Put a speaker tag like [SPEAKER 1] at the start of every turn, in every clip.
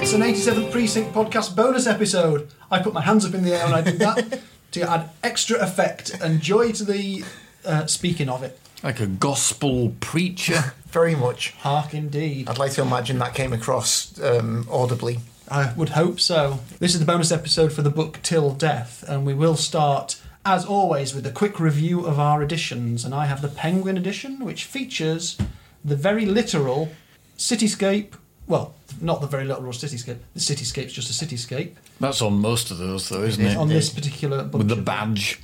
[SPEAKER 1] It's an 87th Precinct podcast bonus episode. I put my hands up in the air when I did that to add extra effect and joy to the uh, speaking of it.
[SPEAKER 2] Like a gospel preacher.
[SPEAKER 3] Very much.
[SPEAKER 1] Hark indeed.
[SPEAKER 3] I'd like to imagine that came across um, audibly.
[SPEAKER 1] I would hope so. This is the bonus episode for the book Till Death, and we will start, as always, with a quick review of our editions. And I have the Penguin edition, which features the very literal cityscape. Well, not the very literal cityscape. The cityscape's just a cityscape
[SPEAKER 2] That's on most of those, though, isn't it?
[SPEAKER 1] on this particular book.
[SPEAKER 2] With the badge.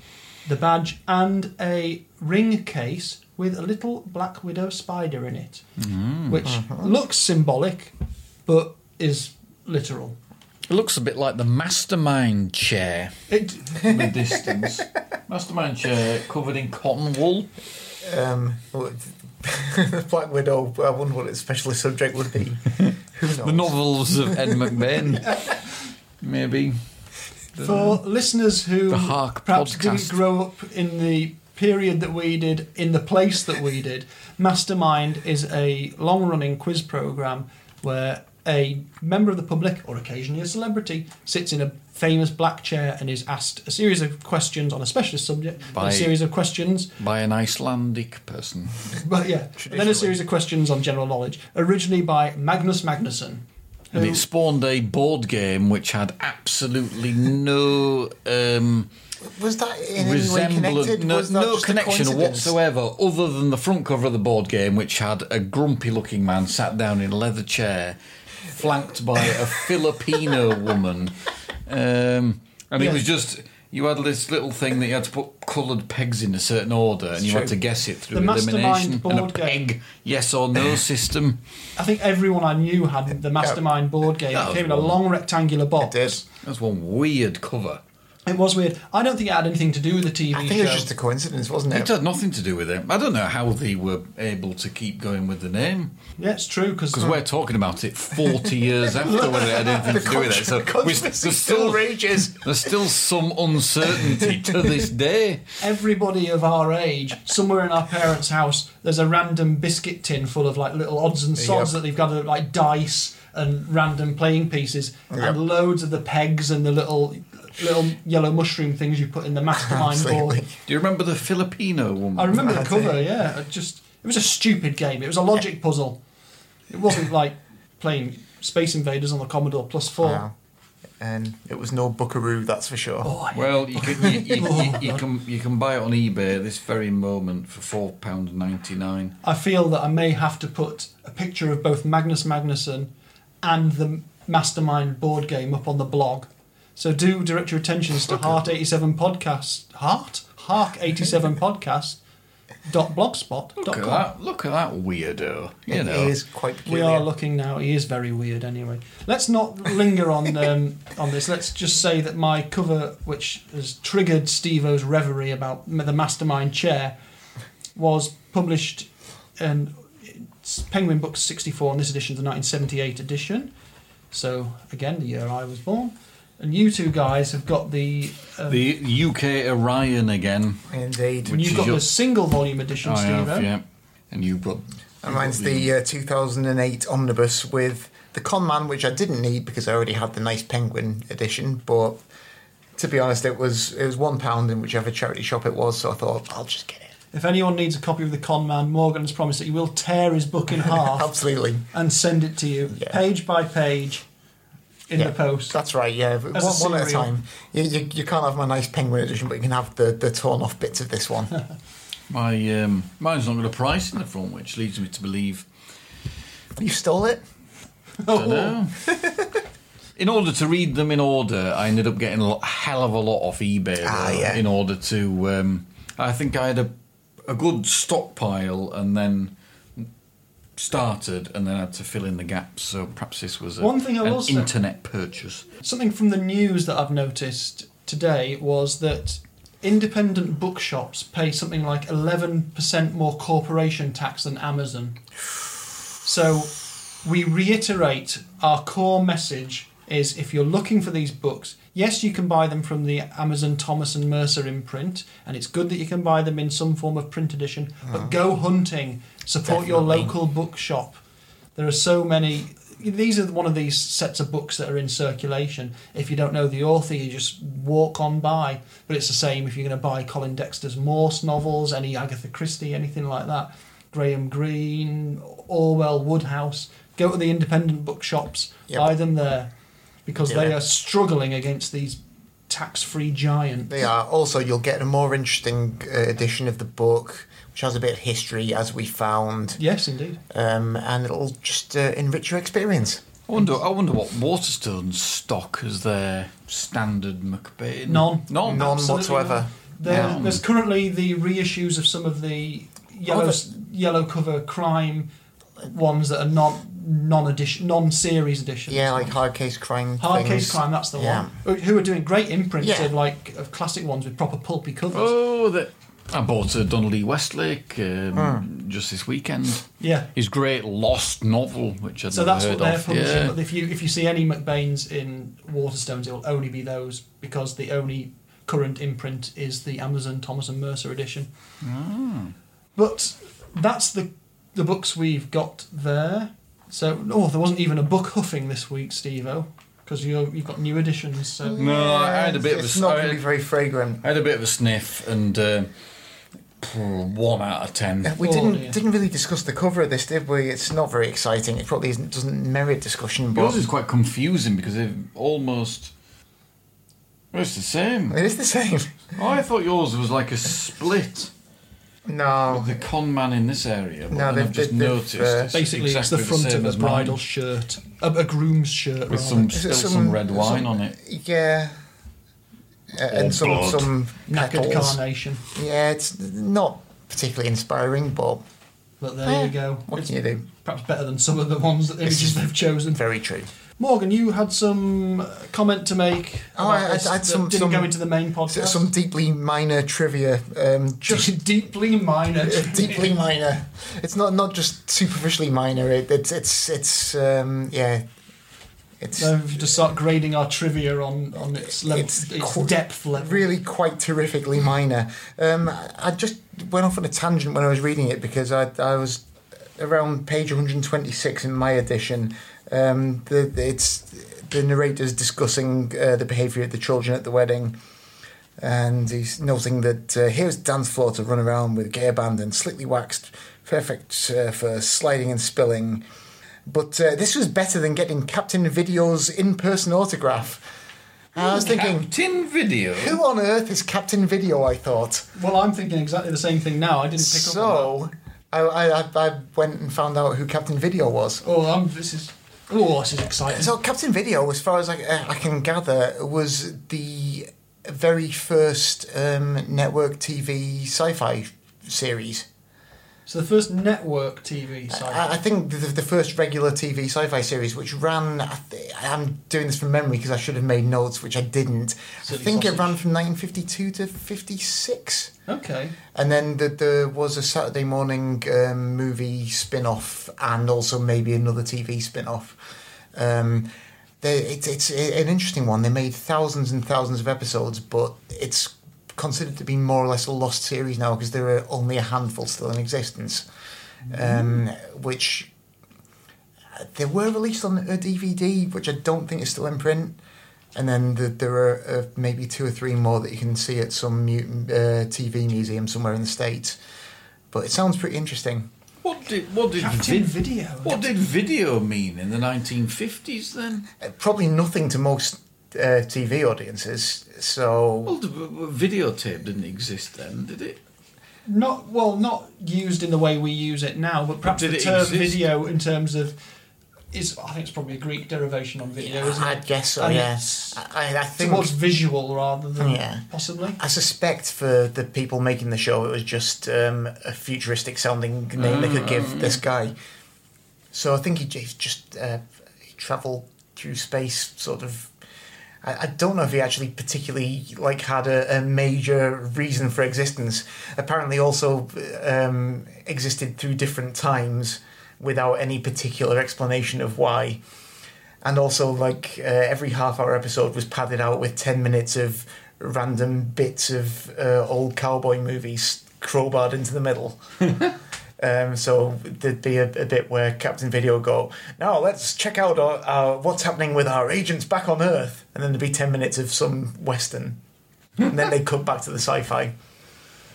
[SPEAKER 1] the badge and a ring case with a little black widow spider in it, which looks symbolic, but is literal.
[SPEAKER 2] It looks a bit like the mastermind chair.
[SPEAKER 1] It,
[SPEAKER 2] the distance. Mastermind chair covered in cotton wool.
[SPEAKER 3] Um, Black Widow, I wonder what its specialist subject would be. Who knows?
[SPEAKER 2] The novels of Ed McBain. Maybe.
[SPEAKER 1] for listeners who
[SPEAKER 2] The Hark
[SPEAKER 1] perhaps
[SPEAKER 2] podcast.
[SPEAKER 1] didn't grow up in the period that we did, in the place that we did, Mastermind is a long running quiz program where a member of the public, or occasionally a celebrity, sits in a famous black chair and is asked a series of questions on a specialist subject,
[SPEAKER 2] By-
[SPEAKER 1] a series of questions
[SPEAKER 2] By an Icelandic person.
[SPEAKER 1] But yeah, then a
[SPEAKER 3] Traditionally.
[SPEAKER 1] series of questions on general knowledge, originally by Magnus Magnusson.
[SPEAKER 2] And
[SPEAKER 1] who-
[SPEAKER 2] it spawned a board game which had absolutely no um,
[SPEAKER 3] Was that in any way
[SPEAKER 2] resemblance,
[SPEAKER 3] connected?
[SPEAKER 2] no,
[SPEAKER 3] was that
[SPEAKER 2] no
[SPEAKER 3] just a
[SPEAKER 2] connection
[SPEAKER 3] coincidence?
[SPEAKER 2] whatsoever, other than the front cover of the board game, which had a grumpy-looking man sat down in a leather chair, flanked by a Filipino woman, um, and it
[SPEAKER 1] Yes.
[SPEAKER 2] was just. You had this little thing that you had to put coloured pegs in a certain order, and you had
[SPEAKER 3] true.
[SPEAKER 2] to guess it through
[SPEAKER 1] The Mastermind
[SPEAKER 2] elimination and a
[SPEAKER 1] board game.
[SPEAKER 2] peg yes or no system.
[SPEAKER 1] I think everyone I knew had the Mastermind board game.
[SPEAKER 2] That
[SPEAKER 1] It
[SPEAKER 2] was
[SPEAKER 1] came in a
[SPEAKER 2] one.
[SPEAKER 1] long rectangular box.
[SPEAKER 3] It did.
[SPEAKER 2] That's one weird cover.
[SPEAKER 1] It was weird. I don't think it had anything to do with the TV
[SPEAKER 3] I think
[SPEAKER 1] show.
[SPEAKER 3] it was just a coincidence, wasn't
[SPEAKER 2] It
[SPEAKER 3] it?
[SPEAKER 2] had nothing to do with it. I don't know how they were able to keep going with the name.
[SPEAKER 1] yeah, it's true because
[SPEAKER 2] Because we're talking about it 40 years after whether it had anything to do with it. So we- there's,
[SPEAKER 3] conspiracy still
[SPEAKER 2] still,
[SPEAKER 3] rages.
[SPEAKER 2] there's still some uncertainty to this day.
[SPEAKER 1] everybody of our age, somewhere in our parents' house, there's a random biscuit tin full of like little odds and sods
[SPEAKER 3] Yep.
[SPEAKER 1] that they've gathered, like dice and random playing pieces,
[SPEAKER 3] Yep.
[SPEAKER 1] and loads of the pegs and the little little yellow mushroom things you put in the Mastermind board.
[SPEAKER 3] Absolutely.
[SPEAKER 2] Do you remember the Filipino woman?
[SPEAKER 1] I remember the
[SPEAKER 3] That's
[SPEAKER 1] cover. Yeah, it just it was a stupid game. It was a logic puzzle. It wasn't like playing Space Invaders on the Commodore Plus Four.
[SPEAKER 3] Wow. And it was no Buckaroo, that's for sure.
[SPEAKER 1] Oh, I-
[SPEAKER 2] Well, you can, you, you, you, you can you can buy it on eBay this very moment for four pound ninety nine.
[SPEAKER 1] I feel that I may have to put a picture of both Magnus Magnusson and the Mastermind board game up on the blog. So do direct your attentions to Heart eighty seven podcast. Heart Hark eighty seven podcast. Dot blogspot. Dot
[SPEAKER 2] Look at
[SPEAKER 1] com.
[SPEAKER 2] that! Look at that weirdo. You
[SPEAKER 3] It
[SPEAKER 2] know,
[SPEAKER 3] is quite
[SPEAKER 1] We
[SPEAKER 3] peculiar.
[SPEAKER 1] are looking now. He is very weird, anyway. Let's not linger on um, on this. Let's just say that my cover, which has triggered Steve-O's reverie about m- the Mastermind chair, was published in it's Penguin Books 64, and this edition is the 1978 edition. So again, the year I was born. And you two guys have got the um,
[SPEAKER 2] the UK Orion again.
[SPEAKER 3] Indeed.
[SPEAKER 2] Which
[SPEAKER 1] you've
[SPEAKER 2] is
[SPEAKER 1] got
[SPEAKER 2] your-
[SPEAKER 1] the single volume edition,
[SPEAKER 2] I
[SPEAKER 1] Steve-O.
[SPEAKER 2] have, yeah. And you got
[SPEAKER 3] And mine's the uh, 2008 omnibus with the Con Man, which I didn't need because I already had the nice Penguin edition. But to be honest, it was it was one pound in whichever charity shop it was. So I thought I'll just get it.
[SPEAKER 1] If anyone needs a copy of The Con Man, Morgan has promised that he will tear his book in half.
[SPEAKER 3] Absolutely.
[SPEAKER 1] and send it to you
[SPEAKER 3] Yeah.
[SPEAKER 1] page by page in
[SPEAKER 3] Yeah,
[SPEAKER 1] the post.
[SPEAKER 3] That's right. Yeah, one,
[SPEAKER 1] As a
[SPEAKER 3] one at a
[SPEAKER 1] serial.
[SPEAKER 3] time. You, you, you can't have my nice Penguin edition, but you can have the, the torn off bits of this one.
[SPEAKER 2] my um, mine's not got a price in the front, which leads me to believe
[SPEAKER 3] you stole it.
[SPEAKER 2] Dunno.
[SPEAKER 1] Oh.
[SPEAKER 2] in order to read them in order, I ended up getting a lot, hell of a lot off eBay.
[SPEAKER 3] Ah,
[SPEAKER 2] though,
[SPEAKER 3] yeah.
[SPEAKER 2] In order to, um, I think I had a a good stockpile and then started and then had to fill in the gaps. So perhaps this was a,
[SPEAKER 1] One thing I
[SPEAKER 2] an
[SPEAKER 1] will say-
[SPEAKER 2] internet purchase.
[SPEAKER 1] Something from the news that I've noticed today was that independent bookshops pay something like 11% more corporation tax than Amazon. So we reiterate our core message is if you're looking for these books, yes, you can buy them from the Amazon Thomas and Mercer imprint, and it's good that you can buy them in some form of print edition, but go hunting, support your
[SPEAKER 3] Uh-huh. Definitely.
[SPEAKER 1] local bookshop. There are so many these are one of these sets of books that are in circulation. If you don't know the author, you just walk on by. But it's the same if you're going to buy Colin Dexter's Morse novels, any Agatha Christie, anything like that. Graham Greene, Orwell, Woodhouse. Go to the independent bookshops,
[SPEAKER 3] Yep.
[SPEAKER 1] buy them there, because they
[SPEAKER 3] Yeah.
[SPEAKER 1] are struggling against these tax-free giants.
[SPEAKER 3] They are. Also, you'll get a more interesting uh, edition of the book, which has a bit of history as we found,
[SPEAKER 1] Yes, indeed.
[SPEAKER 3] um, and it'll just uh, enrich your experience.
[SPEAKER 2] I wonder. I wonder what Waterstones stock as their standard Macbeth.
[SPEAKER 1] None.
[SPEAKER 2] None.
[SPEAKER 3] None
[SPEAKER 1] Oh, Absolutely
[SPEAKER 3] whatsoever.
[SPEAKER 1] There,
[SPEAKER 2] Yeah.
[SPEAKER 1] There's currently the reissues of some of the yellow
[SPEAKER 3] there's-
[SPEAKER 1] yellow cover crime ones that are non non edition non series editions.
[SPEAKER 3] Yeah, like hard case crime.
[SPEAKER 1] Hard
[SPEAKER 3] things.
[SPEAKER 1] Case Crime, that's the
[SPEAKER 3] Yeah.
[SPEAKER 1] one. Who are doing great imprints
[SPEAKER 3] Yeah.
[SPEAKER 1] of like of classic ones with proper pulpy covers.
[SPEAKER 2] Oh, that. I bought a Donnelly Westlake um,
[SPEAKER 1] Hmm.
[SPEAKER 2] just this weekend.
[SPEAKER 1] Yeah.
[SPEAKER 2] His great Lost novel, which I'd
[SPEAKER 1] So
[SPEAKER 2] never
[SPEAKER 1] that's what
[SPEAKER 2] heard
[SPEAKER 1] they're
[SPEAKER 2] of.
[SPEAKER 1] publishing.
[SPEAKER 2] Yeah.
[SPEAKER 1] But if you if you see any McBain's in Waterstones, it will only be those because the only current imprint is the Amazon Thomas and Mercer edition.
[SPEAKER 2] Ah.
[SPEAKER 1] But that's the the books we've got there. So oh, there wasn't even a book huffing this week, Steve-O, because you you've got new editions. So
[SPEAKER 2] No, I had a bit
[SPEAKER 3] It's
[SPEAKER 2] of a.
[SPEAKER 3] not
[SPEAKER 2] I
[SPEAKER 3] going to be
[SPEAKER 2] had,
[SPEAKER 3] very fragrant.
[SPEAKER 2] I had a bit of a sniff, and um, pff, one out of ten.
[SPEAKER 3] Uh, We
[SPEAKER 1] Oh,
[SPEAKER 3] didn't
[SPEAKER 1] dear.
[SPEAKER 3] didn't really discuss the cover of this, did we? It's not very exciting. It probably isn't, doesn't merit discussion, but
[SPEAKER 2] Yours is quite confusing because they've almost. well, It's the same.
[SPEAKER 3] it is the same.
[SPEAKER 2] I thought yours was like a split.
[SPEAKER 3] No,
[SPEAKER 2] The con man in this area. But
[SPEAKER 3] No,
[SPEAKER 2] then
[SPEAKER 3] they've-
[SPEAKER 2] I've just
[SPEAKER 3] they've-
[SPEAKER 2] noticed.
[SPEAKER 3] uh,
[SPEAKER 2] it's
[SPEAKER 1] basically, it's
[SPEAKER 2] exactly
[SPEAKER 1] the front
[SPEAKER 2] same
[SPEAKER 1] of
[SPEAKER 2] as
[SPEAKER 1] a
[SPEAKER 2] mine,
[SPEAKER 1] bridal shirt, a, a groom's shirt,
[SPEAKER 2] with
[SPEAKER 1] rather.
[SPEAKER 2] some
[SPEAKER 3] Is
[SPEAKER 2] still
[SPEAKER 3] it
[SPEAKER 2] some,
[SPEAKER 3] some-
[SPEAKER 2] red
[SPEAKER 3] some-
[SPEAKER 2] wine on it.
[SPEAKER 3] yeah, Uh,
[SPEAKER 2] Or
[SPEAKER 3] and some
[SPEAKER 2] blood.
[SPEAKER 3] some
[SPEAKER 1] knackered
[SPEAKER 3] petals.
[SPEAKER 1] carnation.
[SPEAKER 3] Yeah, it's not particularly inspiring, but
[SPEAKER 1] But there
[SPEAKER 3] Eh,
[SPEAKER 1] you go.
[SPEAKER 3] what
[SPEAKER 1] It's
[SPEAKER 3] can you do?
[SPEAKER 1] Perhaps better than some of the ones that the images they've chosen.
[SPEAKER 3] Very true.
[SPEAKER 1] Morgan, you had some uh, comment to make.
[SPEAKER 3] Oh,
[SPEAKER 1] about
[SPEAKER 3] I- I-
[SPEAKER 1] this
[SPEAKER 3] I had
[SPEAKER 1] that
[SPEAKER 3] some-
[SPEAKER 1] Didn't
[SPEAKER 3] some-
[SPEAKER 1] go into the main
[SPEAKER 3] So
[SPEAKER 1] podcast.
[SPEAKER 3] Some deeply minor trivia. Um,
[SPEAKER 1] just deeply minor.
[SPEAKER 3] deeply minor. It's not not just superficially minor. It, it's it's it's um, yeah. It's
[SPEAKER 1] So if you just start grading our trivia on on its level,
[SPEAKER 3] It's
[SPEAKER 1] its,
[SPEAKER 3] qu-
[SPEAKER 1] depth level.
[SPEAKER 3] really quite terrifically minor. Um, I just went off on a tangent when I was reading it because I, I was around page 126 in my edition. Um, the, it's the narrator's discussing uh, the behaviour of the children at the wedding. And he's noting that uh, here's dance floor to run around with gay abandon, slickly waxed, perfect uh, for sliding and spilling. But uh, this was better than getting Captain Video's in-person autograph. And
[SPEAKER 2] Hmm,
[SPEAKER 3] I was thinking,
[SPEAKER 2] Captain Video.
[SPEAKER 3] who on earth is Captain Video? I thought.
[SPEAKER 1] Well, I'm thinking exactly the same thing now. I didn't pick up. on that.
[SPEAKER 3] So I, I, I- I went and found out who Captain Video was.
[SPEAKER 1] Oh, I'm, this is. Oh, this is exciting.
[SPEAKER 3] So Captain Video, as far as I, I can gather, was the very first um, network TV sci-fi series.
[SPEAKER 1] So the first network TV
[SPEAKER 3] I,
[SPEAKER 1] site.
[SPEAKER 3] I think the, the first regular TV sci-fi series, which ran, I th- I'm doing this from memory because I should have made notes, which I didn't. I
[SPEAKER 1] Silly
[SPEAKER 3] think it
[SPEAKER 1] sausage.
[SPEAKER 3] ran from 1952 to 56.
[SPEAKER 1] Okay.
[SPEAKER 3] And then th there was a Saturday morning um, movie spin off and also maybe another TV spin off. Um, they, it's it's a- an interesting one. They made thousands and thousands of episodes, but it's considered to be more or less a lost series now because there are only a handful still in existence. Um, which uh, they were released on a DVD, which I don't think is still in print. And then the, there are uh, maybe two or three more that you can see at some mu- uh, TV museum somewhere in the States. But it sounds pretty interesting.
[SPEAKER 2] What did what did
[SPEAKER 1] Captain
[SPEAKER 2] vid-
[SPEAKER 1] Video.
[SPEAKER 2] What did video mean in the 1950s then?
[SPEAKER 3] Uh, Probably nothing to most uh, TV audiences. So,
[SPEAKER 2] Well, the, the videotape didn't exist then, did it?
[SPEAKER 1] Not well, not used in the way we use it now, but perhaps
[SPEAKER 2] Did
[SPEAKER 1] the
[SPEAKER 2] it
[SPEAKER 1] term
[SPEAKER 2] exist?
[SPEAKER 1] video in terms of is I think it's probably a Greek derivation on video, isn't
[SPEAKER 3] I
[SPEAKER 1] it?
[SPEAKER 3] guess so,
[SPEAKER 1] I think
[SPEAKER 3] yeah.
[SPEAKER 1] it's
[SPEAKER 3] I, I think.
[SPEAKER 1] Towards visual rather than
[SPEAKER 3] Yeah.
[SPEAKER 1] possibly.
[SPEAKER 3] I suspect for the people making the show, it was just um, a futuristic sounding name they could give this guy. So I think he j- just uh, he traveled through space, sort of. I, I don't know if he actually particularly like had a, a major reason for existence. Apparently, also um, existed through different times without any particular explanation of why and also like uh, every half hour episode was padded out with 10 minutes of random bits of uh, old cowboy movies crowbarred into the middle Um, so there'd be a, a bit where Captain Video go, now let's check out our, our, what's happening with our agents back on Earth, and then there'd be ten minutes of some western, and then they'd cut back to the sci-fi.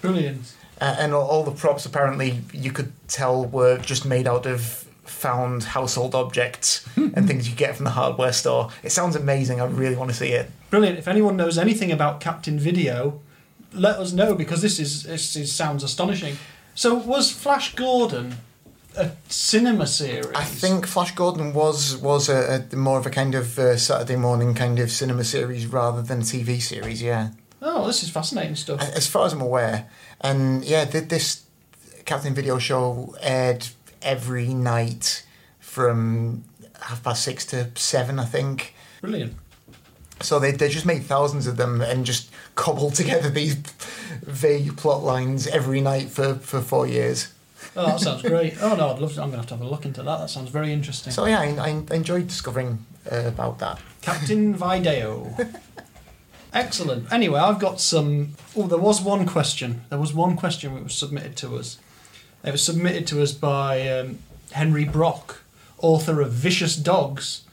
[SPEAKER 1] Brilliant.
[SPEAKER 3] Uh, and all, all the props apparently you could tell were just made out of found household objects and things you get from the hardware store. It sounds amazing. I really want to see it.
[SPEAKER 1] Brilliant. If anyone knows anything about Captain Video, let us know because this is this is, sounds astonishing. So was Flash Gordon a cinema series?
[SPEAKER 3] I think Flash Gordon was was a, a more of a kind of uh Saturday morning kind of cinema series rather than TV series. Yeah,
[SPEAKER 1] Oh, this is fascinating stuff.
[SPEAKER 3] as far as I'm aware, and yeah, th- this Captain Video show aired every night from half past six to seven, I think.
[SPEAKER 1] Brilliant.
[SPEAKER 3] So they, they just made thousands of them and just cobbled together these vague plot lines every night for, for four years.
[SPEAKER 1] Oh, that sounds great. Oh no, I'd love to. I'm going to have to have a look into that. That sounds very interesting.
[SPEAKER 3] So yeah, I, I I enjoyed discovering uh, about that.
[SPEAKER 1] Captain Video. Excellent. Anyway, I've got some. Oh, there was one question. There was one question that was submitted to us. It was submitted to us by um, Henry Brock, author of Vicious Dogs,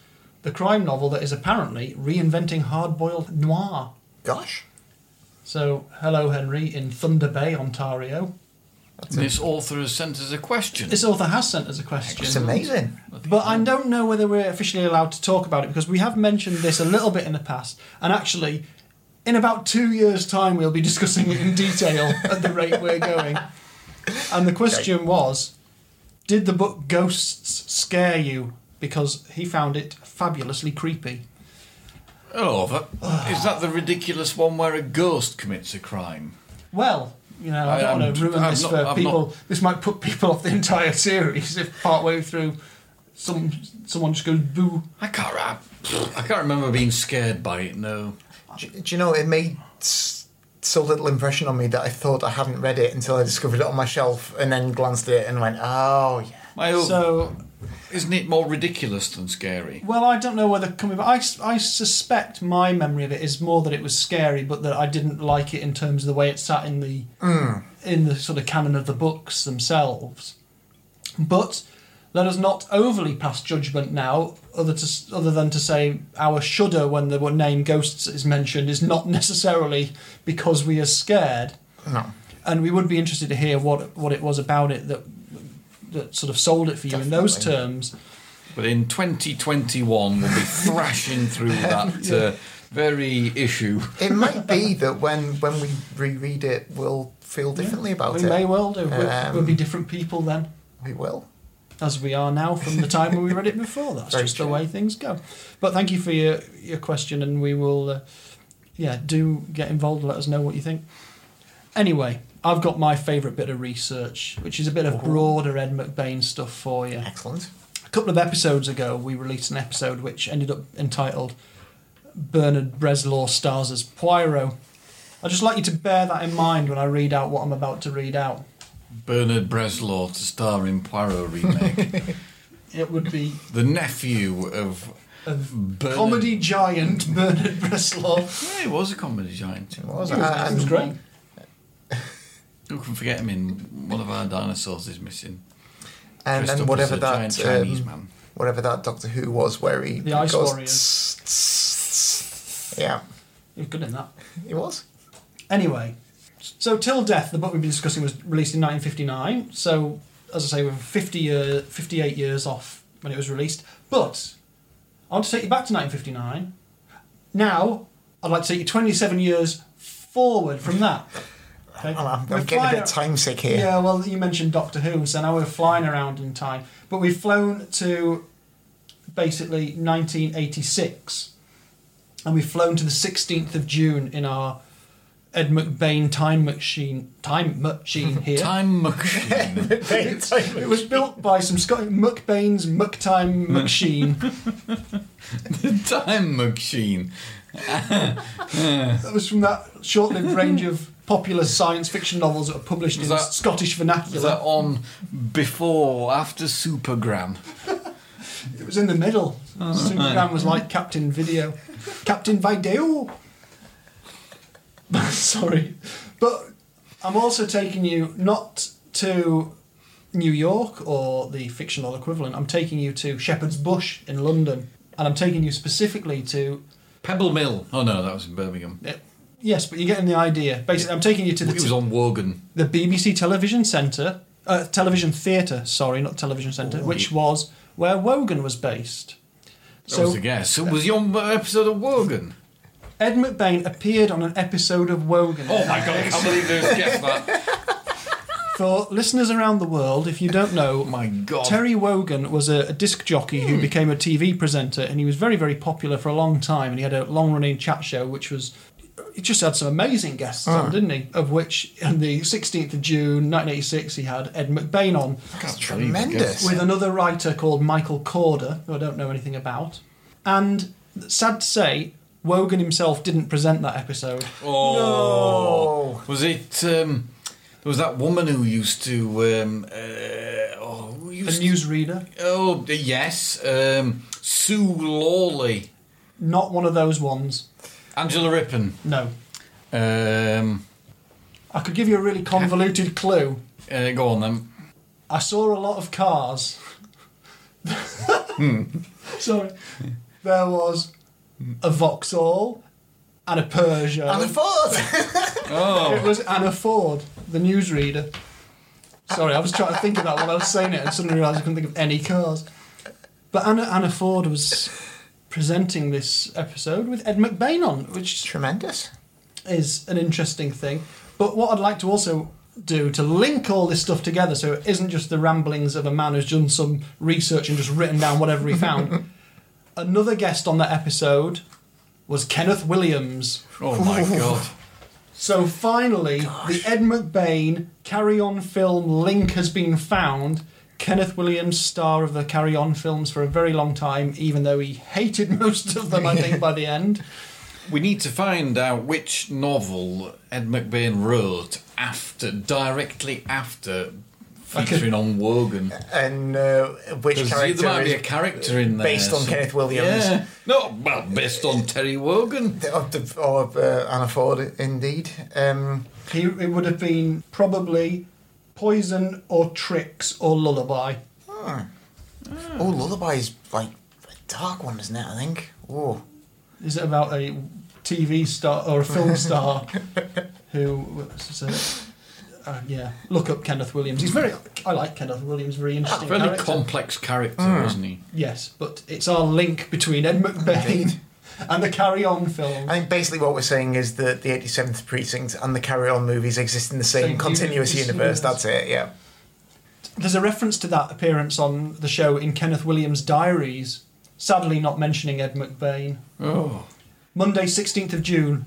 [SPEAKER 1] the crime novel that is apparently reinventing hard boiled noir.
[SPEAKER 3] Gosh,
[SPEAKER 1] So, hello, Henry, in Thunder Bay, Ontario.
[SPEAKER 2] This author has sent us a question.
[SPEAKER 1] This author has sent us a question.
[SPEAKER 3] it's amazing.
[SPEAKER 1] But I don't know whether we're officially allowed to talk about it because we have mentioned this a little bit in the past, and actually, in about two years' time, we'll be discussing it in detail at the rate we're going. And the question was Did the book Ghosts scare you? Because he found it fabulously creepy.
[SPEAKER 2] Oh, that, is that the ridiculous one where a ghost commits a crime?
[SPEAKER 1] Well, you know, I
[SPEAKER 2] I-
[SPEAKER 1] don't
[SPEAKER 2] I'm-
[SPEAKER 1] want to ruin
[SPEAKER 2] I'm
[SPEAKER 1] this
[SPEAKER 2] not-
[SPEAKER 1] for
[SPEAKER 2] I'm
[SPEAKER 1] people. This might put people off the entire series if partway through some someone just goes boo.
[SPEAKER 2] I can't. I, I can't remember being scared by it. No.
[SPEAKER 3] Do, do you know it made s- so little impression on me that I thought I hadn't read it until I discovered it on my shelf and then glanced at it and went, oh yeah.
[SPEAKER 2] My own,
[SPEAKER 1] So
[SPEAKER 2] isn't it more ridiculous than scary?
[SPEAKER 1] Well, I don't know whether coming back. I, s- I suspect my memory of it is more that it was scary, but that I didn't like it in terms of the way it sat in the
[SPEAKER 3] Hmm.
[SPEAKER 1] in the sort of canon of the books themselves. But let us not overly pass judgment now, other to s- other than to say our shudder when the name ghosts is mentioned is not necessarily because we are scared.
[SPEAKER 3] No.
[SPEAKER 1] And we would be interested to hear what what it was about it that that sort of sold it for you in those
[SPEAKER 3] Definitely.
[SPEAKER 1] terms.
[SPEAKER 2] But in 2021, we'll be thrashing through that uh, very issue.
[SPEAKER 3] It might be that when when we reread it, we'll feel differently about
[SPEAKER 1] we
[SPEAKER 3] it.
[SPEAKER 1] may well do. We'll,
[SPEAKER 3] Um,
[SPEAKER 1] we'll be different people then,
[SPEAKER 3] We will.
[SPEAKER 1] as we are now from the time when we read it before. That's
[SPEAKER 3] Very
[SPEAKER 1] just the
[SPEAKER 3] true.
[SPEAKER 1] way things go. But thank you for your, your question, and we will, uh, yeah, do get involved. Let us know what you think. Anyway, I've got my favourite bit of research, which is a
[SPEAKER 3] Oh.
[SPEAKER 1] bit of broader Ed McBain stuff for you.
[SPEAKER 3] Excellent.
[SPEAKER 1] A couple of episodes ago, we released an episode which ended up entitled Bernard Breslau Stars as Poirot. I'd just like you to bear that in mind when I read out what I'm about to read out.
[SPEAKER 2] Bernard Breslau to star in Poirot remake.
[SPEAKER 1] It would be
[SPEAKER 2] the nephew of Bernard.
[SPEAKER 1] comedy giant Bernard Breslau.
[SPEAKER 2] Yeah, he was a comedy giant.
[SPEAKER 3] What was
[SPEAKER 1] It was,
[SPEAKER 3] that?
[SPEAKER 1] it was
[SPEAKER 3] And-
[SPEAKER 1] great.
[SPEAKER 2] Who can forget him in One of Our Dinosaurs is Missing?
[SPEAKER 3] And,
[SPEAKER 2] Dressed
[SPEAKER 3] and
[SPEAKER 2] up
[SPEAKER 3] whatever
[SPEAKER 2] as a
[SPEAKER 3] that
[SPEAKER 2] giant Chinese
[SPEAKER 3] um,
[SPEAKER 2] man.
[SPEAKER 3] whatever that Doctor Who was, where he
[SPEAKER 1] The Ice
[SPEAKER 3] goes
[SPEAKER 1] Warriors.
[SPEAKER 3] tss, tss, tss. Yeah,
[SPEAKER 1] He was good in that.
[SPEAKER 3] it was.
[SPEAKER 1] Anyway, so Till Death, the book we've been discussing, was released in 1959. So, as I say, we're 50 year, 58 years off when it was released. But I want to take you back to 1959. Now, I'd like to take you 27 years forward from that. Okay?
[SPEAKER 3] I'm, I'm
[SPEAKER 1] We're
[SPEAKER 3] getting a
[SPEAKER 1] flying
[SPEAKER 3] bit time sick here.
[SPEAKER 1] Yeah, well, you mentioned Doctor Who, so now we're flying around in time. But we've flown to basically 1986, and we've flown to the 16th of June in our Ed McBain time machine. Time machine here.
[SPEAKER 2] Time Machine.
[SPEAKER 3] Big time.
[SPEAKER 1] It was built by some Scottish McBain's
[SPEAKER 2] Mm.
[SPEAKER 1] McTime Machine.
[SPEAKER 2] Time Machine.
[SPEAKER 1] that was from that short-lived range of popular science fiction novels that were published in
[SPEAKER 2] Was that-
[SPEAKER 1] Scottish
[SPEAKER 2] Is
[SPEAKER 1] vernacular.
[SPEAKER 2] that on before, after Supergram?
[SPEAKER 1] It was in the middle.
[SPEAKER 2] Oh,
[SPEAKER 1] Superman was like Captain Video, Captain Video. Sorry, but I'm also taking you not to New York or the fictional equivalent, I'm taking you to Shepherd's Bush in London. And I'm taking you specifically to.
[SPEAKER 2] Pebble Mill. Oh no, that was in Birmingham.
[SPEAKER 1] eh, Yes, but you're getting the idea. Basically, I'm taking you to the,
[SPEAKER 2] It was on Wogan.
[SPEAKER 1] the BBC Television Centre, uh, Television Theatre, sorry, not Television Centre,
[SPEAKER 2] Oh.
[SPEAKER 1] which was where Wogan was based.
[SPEAKER 2] That was the guess. It was your episode of Wogan.
[SPEAKER 1] Ed McBain appeared on an episode of Wogan.
[SPEAKER 2] Oh my god, I can't believe they guessed that.
[SPEAKER 1] For listeners around the world, if you don't know,
[SPEAKER 2] Oh my god. Hmm.
[SPEAKER 1] Terry Wogan was a, a disc jockey who became a TV presenter, and he was very, very popular for a long time. And he had a long-running chat show, which was he just had some amazing guests
[SPEAKER 2] Ah.
[SPEAKER 1] on, didn't he? Of which, on the 16th of June 1986, he had Ed McBain on
[SPEAKER 2] That's
[SPEAKER 3] Tremendous.
[SPEAKER 1] with another writer called Michael Corder, who I don't know anything about. And sad to say, Wogan himself didn't present that episode.
[SPEAKER 2] Oh. Was it? Um, there was that woman who used to. Um, uh, oh, who
[SPEAKER 1] A
[SPEAKER 2] used
[SPEAKER 1] newsreader,
[SPEAKER 2] Oh yes, um, Sue Lawley,
[SPEAKER 1] not one of those ones.
[SPEAKER 2] Angela Rippon.
[SPEAKER 1] No,
[SPEAKER 2] Um,
[SPEAKER 1] I could give you a really convoluted clue.
[SPEAKER 2] uh, go on then.
[SPEAKER 1] I saw a lot of cars.
[SPEAKER 3] Hmm.
[SPEAKER 1] Sorry. There was a Vauxhall and a Peugeot.
[SPEAKER 3] And a Ford.
[SPEAKER 2] Oh,
[SPEAKER 1] It was Anna Ford, the newsreader. Sorry, I was trying to think of that while I was saying it and suddenly realised I couldn't think of any cars. But Anna, Anna Ford was presenting this episode with Ed McBain on, which
[SPEAKER 3] Tremendous.
[SPEAKER 1] is an interesting thing. But what I'd like to also do to link all this stuff together so it isn't just the ramblings of a man who's done some research and just written down whatever he found. Another guest on that episode was Kenneth Williams.
[SPEAKER 2] Oh my god.
[SPEAKER 1] So finally, the Ed McBain Carry On film link has been found. Kenneth Williams, star of the Carry On films for a very long time, even though he hated most of them, I think, by the end.
[SPEAKER 2] We need to find out which novel Ed McBain wrote after, directly after, featuring on Wogan.
[SPEAKER 3] And uh, which
[SPEAKER 2] Because
[SPEAKER 3] character
[SPEAKER 2] there might be a
[SPEAKER 3] is
[SPEAKER 2] character in there.
[SPEAKER 3] based on
[SPEAKER 2] so-
[SPEAKER 3] Kenneth Williams?
[SPEAKER 2] Yeah. No, well, based on Terry Wogan.
[SPEAKER 3] Of, the, of uh, Anna Ford, indeed. Um,
[SPEAKER 1] He, it would have been probably poison or tricks or lullaby.
[SPEAKER 3] Oh, Lullaby is like a dark one, isn't it? I think. Oh,
[SPEAKER 1] Is it about a TV star or a film star who? what's it? Uh, yeah, look up Kenneth Williams. He's very. I like Kenneth Williams. Very interesting.
[SPEAKER 2] Fairly
[SPEAKER 1] character. Ah.
[SPEAKER 2] complex character, wasn't he?
[SPEAKER 1] Yes, but it's our link between Ed McBain and the Carry On film.
[SPEAKER 3] I think basically what we're saying is that the 87th Precinct and the Carry On movies exist in the same,
[SPEAKER 1] Same
[SPEAKER 3] continuous
[SPEAKER 1] universe.
[SPEAKER 3] universe. That's it. Yeah.
[SPEAKER 1] There's a reference to that appearance on the show in Kenneth Williams' diaries, sadly not mentioning Ed McBain.
[SPEAKER 2] Oh.
[SPEAKER 1] Monday, 16th of June.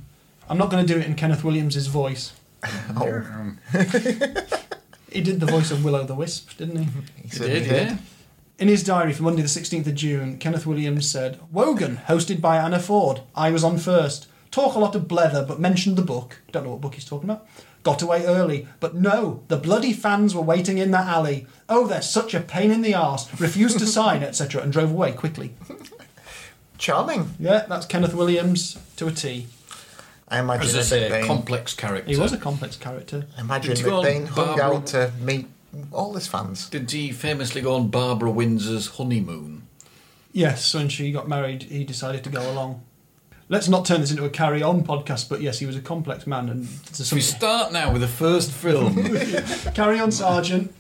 [SPEAKER 1] I'm not going to do it in Kenneth Williams' voice.
[SPEAKER 3] Oh,
[SPEAKER 1] He did the voice of Will o' the Wisp, didn't he?
[SPEAKER 3] he
[SPEAKER 2] He
[SPEAKER 3] certainly
[SPEAKER 2] did, yeah.
[SPEAKER 1] In his diary for Monday, the 16th of June, Kenneth Williams said, Wogan, hosted by Anna Ford. I was on first. Talk a lot of blether, but mentioned the book. Don't know what book he's talking about. Got away early, but no, the bloody fans were waiting in that alley. Oh, they're such a pain in the arse. Refused to sign, etc., and drove away quickly.
[SPEAKER 3] Charming.
[SPEAKER 1] Yeah, that's Kenneth Williams to a T.
[SPEAKER 3] I imagine.
[SPEAKER 2] As I say,
[SPEAKER 3] McBain-
[SPEAKER 2] a complex character.
[SPEAKER 1] He was a complex character.
[SPEAKER 3] I imagine
[SPEAKER 2] Did you go on
[SPEAKER 3] McBain hung
[SPEAKER 2] Barbara-
[SPEAKER 3] out to meet all his fans.
[SPEAKER 2] Did he famously go on Barbara Windsor's honeymoon?
[SPEAKER 1] Yes, when she got married, he decided to go along. Let's not turn this into a carry on podcast, but yes, he was a complex man. And there's
[SPEAKER 2] So we
[SPEAKER 1] some
[SPEAKER 2] start now with the first film.
[SPEAKER 1] carry on, Sergeant,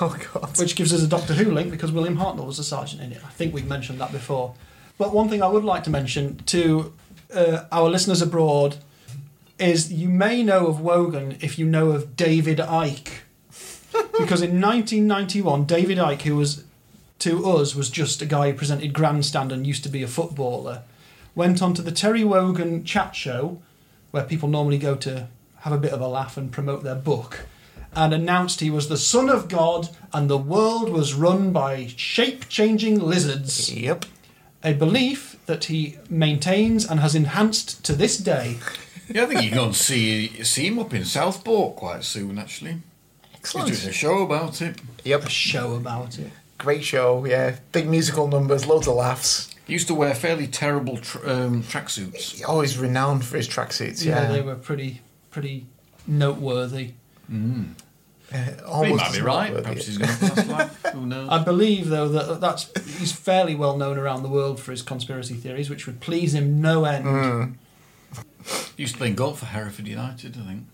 [SPEAKER 3] Oh God.
[SPEAKER 1] which gives us a Doctor Who link because William Hartnell was a sergeant in it. I think we've mentioned that before. But one thing I would like to mention to uh, our listeners abroad is you may know of Wogan if you know of David Ike. because in 1991, David Ike, who was to us was just a guy who presented Grandstand and used to be a footballer, went on to the Terry Wogan chat show, where people normally go to have a bit of a laugh and promote their book, and announced he was the son of God and the world was run by shape changing lizards
[SPEAKER 3] Yep.
[SPEAKER 1] a belief that he maintains and has enhanced to this day.
[SPEAKER 2] yeah, I think you can go and see, see him up in Southport quite soon, actually. He's
[SPEAKER 3] Excellent.
[SPEAKER 2] doing a show about it.
[SPEAKER 3] Yep.
[SPEAKER 1] A show about it.
[SPEAKER 3] Great show. Yeah. Big musical numbers. Loads of laughs.
[SPEAKER 2] He used to wear fairly terrible tr- um, tracksuits.
[SPEAKER 3] He always renowned for his tracksuits.
[SPEAKER 1] Yeah,
[SPEAKER 3] Yeah.
[SPEAKER 1] they were pretty pretty noteworthy.
[SPEAKER 2] He
[SPEAKER 3] almost Oh,
[SPEAKER 2] might be
[SPEAKER 3] as
[SPEAKER 2] right.
[SPEAKER 3] noteworthy.
[SPEAKER 2] Perhaps he's going to last life. Who knows?
[SPEAKER 1] I believe, though, that that's he's fairly well known around the world for his conspiracy theories, which would please him no end.
[SPEAKER 3] Hmm.
[SPEAKER 2] used to play golf for Hereford United, I think.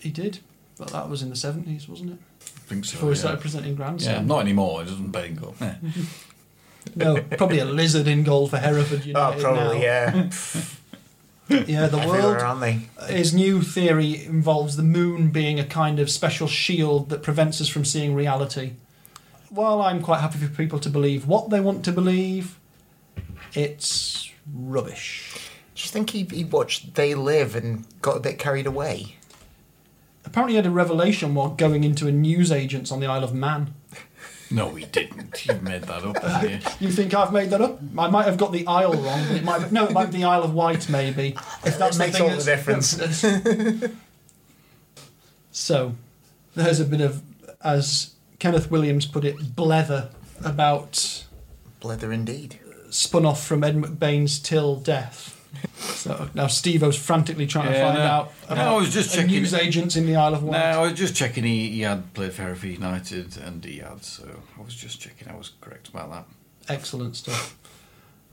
[SPEAKER 1] He did, but that was in the seventies, wasn't it?
[SPEAKER 2] I think so.
[SPEAKER 1] Before we
[SPEAKER 2] Oh, yeah.
[SPEAKER 1] started presenting grandson.
[SPEAKER 2] Yeah, not anymore. It doesn't play in golf. Yeah.
[SPEAKER 1] No, probably a lizard in goal for Hereford
[SPEAKER 3] Oh,
[SPEAKER 1] United. now.
[SPEAKER 3] probably, yeah.
[SPEAKER 1] Yeah, the
[SPEAKER 3] Everywhere,
[SPEAKER 1] world.
[SPEAKER 3] aren't they?
[SPEAKER 1] His new theory involves the moon being a kind of special shield that prevents us from seeing reality. While I'm quite happy for people to believe what they want to believe, it's rubbish.
[SPEAKER 3] Do you think he, he watched They Live and got a bit carried away?
[SPEAKER 1] Apparently, he had a revelation while going into a newsagent's on the Isle of Man.
[SPEAKER 2] No, he didn't. You made that up. haven't you?
[SPEAKER 1] You think I've made that up? I might have got the Isle wrong, but it might have, no, it might be the Isle of Wight, maybe. If
[SPEAKER 3] That makes all the
[SPEAKER 1] that's- so, there's a bit of, as Kenneth Williams put it, blether about
[SPEAKER 3] Blether indeed.
[SPEAKER 1] spun off from Ed McBain's Till Death. So now Steve O's frantically trying to
[SPEAKER 2] Yeah,
[SPEAKER 1] find
[SPEAKER 2] no.
[SPEAKER 1] out
[SPEAKER 2] No,
[SPEAKER 1] about
[SPEAKER 2] I was just
[SPEAKER 1] a
[SPEAKER 2] checking it.
[SPEAKER 1] newsagents in the Isle of
[SPEAKER 2] No,
[SPEAKER 1] Wight.
[SPEAKER 2] I was just checking. He, he had played for Hereford United, and he had. So I was just checking. I was correct about that.
[SPEAKER 1] Excellent stuff.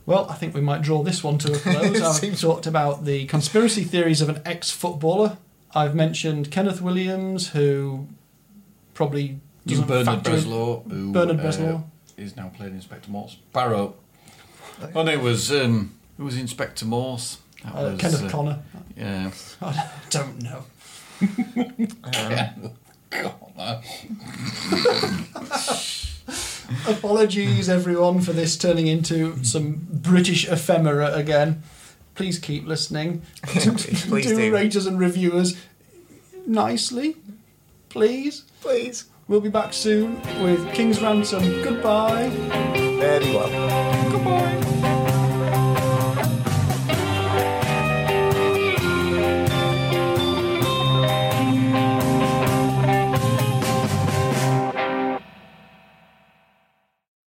[SPEAKER 1] Well, I think we might draw this one to a close. I've
[SPEAKER 3] Seems-
[SPEAKER 1] talked about the conspiracy theories of an ex footballer. I've mentioned Kenneth Williams, who probably.
[SPEAKER 2] You
[SPEAKER 1] doesn't
[SPEAKER 2] Bernard
[SPEAKER 1] factor in-
[SPEAKER 2] Breslau, who
[SPEAKER 1] Bernard
[SPEAKER 2] uh,
[SPEAKER 1] Breslau.
[SPEAKER 2] is now playing Inspector Morse. Barrow. Oh no, it was um, it was Inspector Morse. That
[SPEAKER 1] Uh,
[SPEAKER 2] was
[SPEAKER 1] Kenneth
[SPEAKER 2] uh,
[SPEAKER 1] Connor.
[SPEAKER 2] Yeah.
[SPEAKER 1] I don't know.
[SPEAKER 2] Kenneth Connor.
[SPEAKER 1] Apologies, everyone, for this turning into some British ephemera again. Please keep listening.
[SPEAKER 3] Please do.
[SPEAKER 1] rate us and review us nicely, please.
[SPEAKER 3] Please.
[SPEAKER 1] We'll be back soon with King's Ransom. Goodbye.
[SPEAKER 3] Very well.
[SPEAKER 1] Goodbye.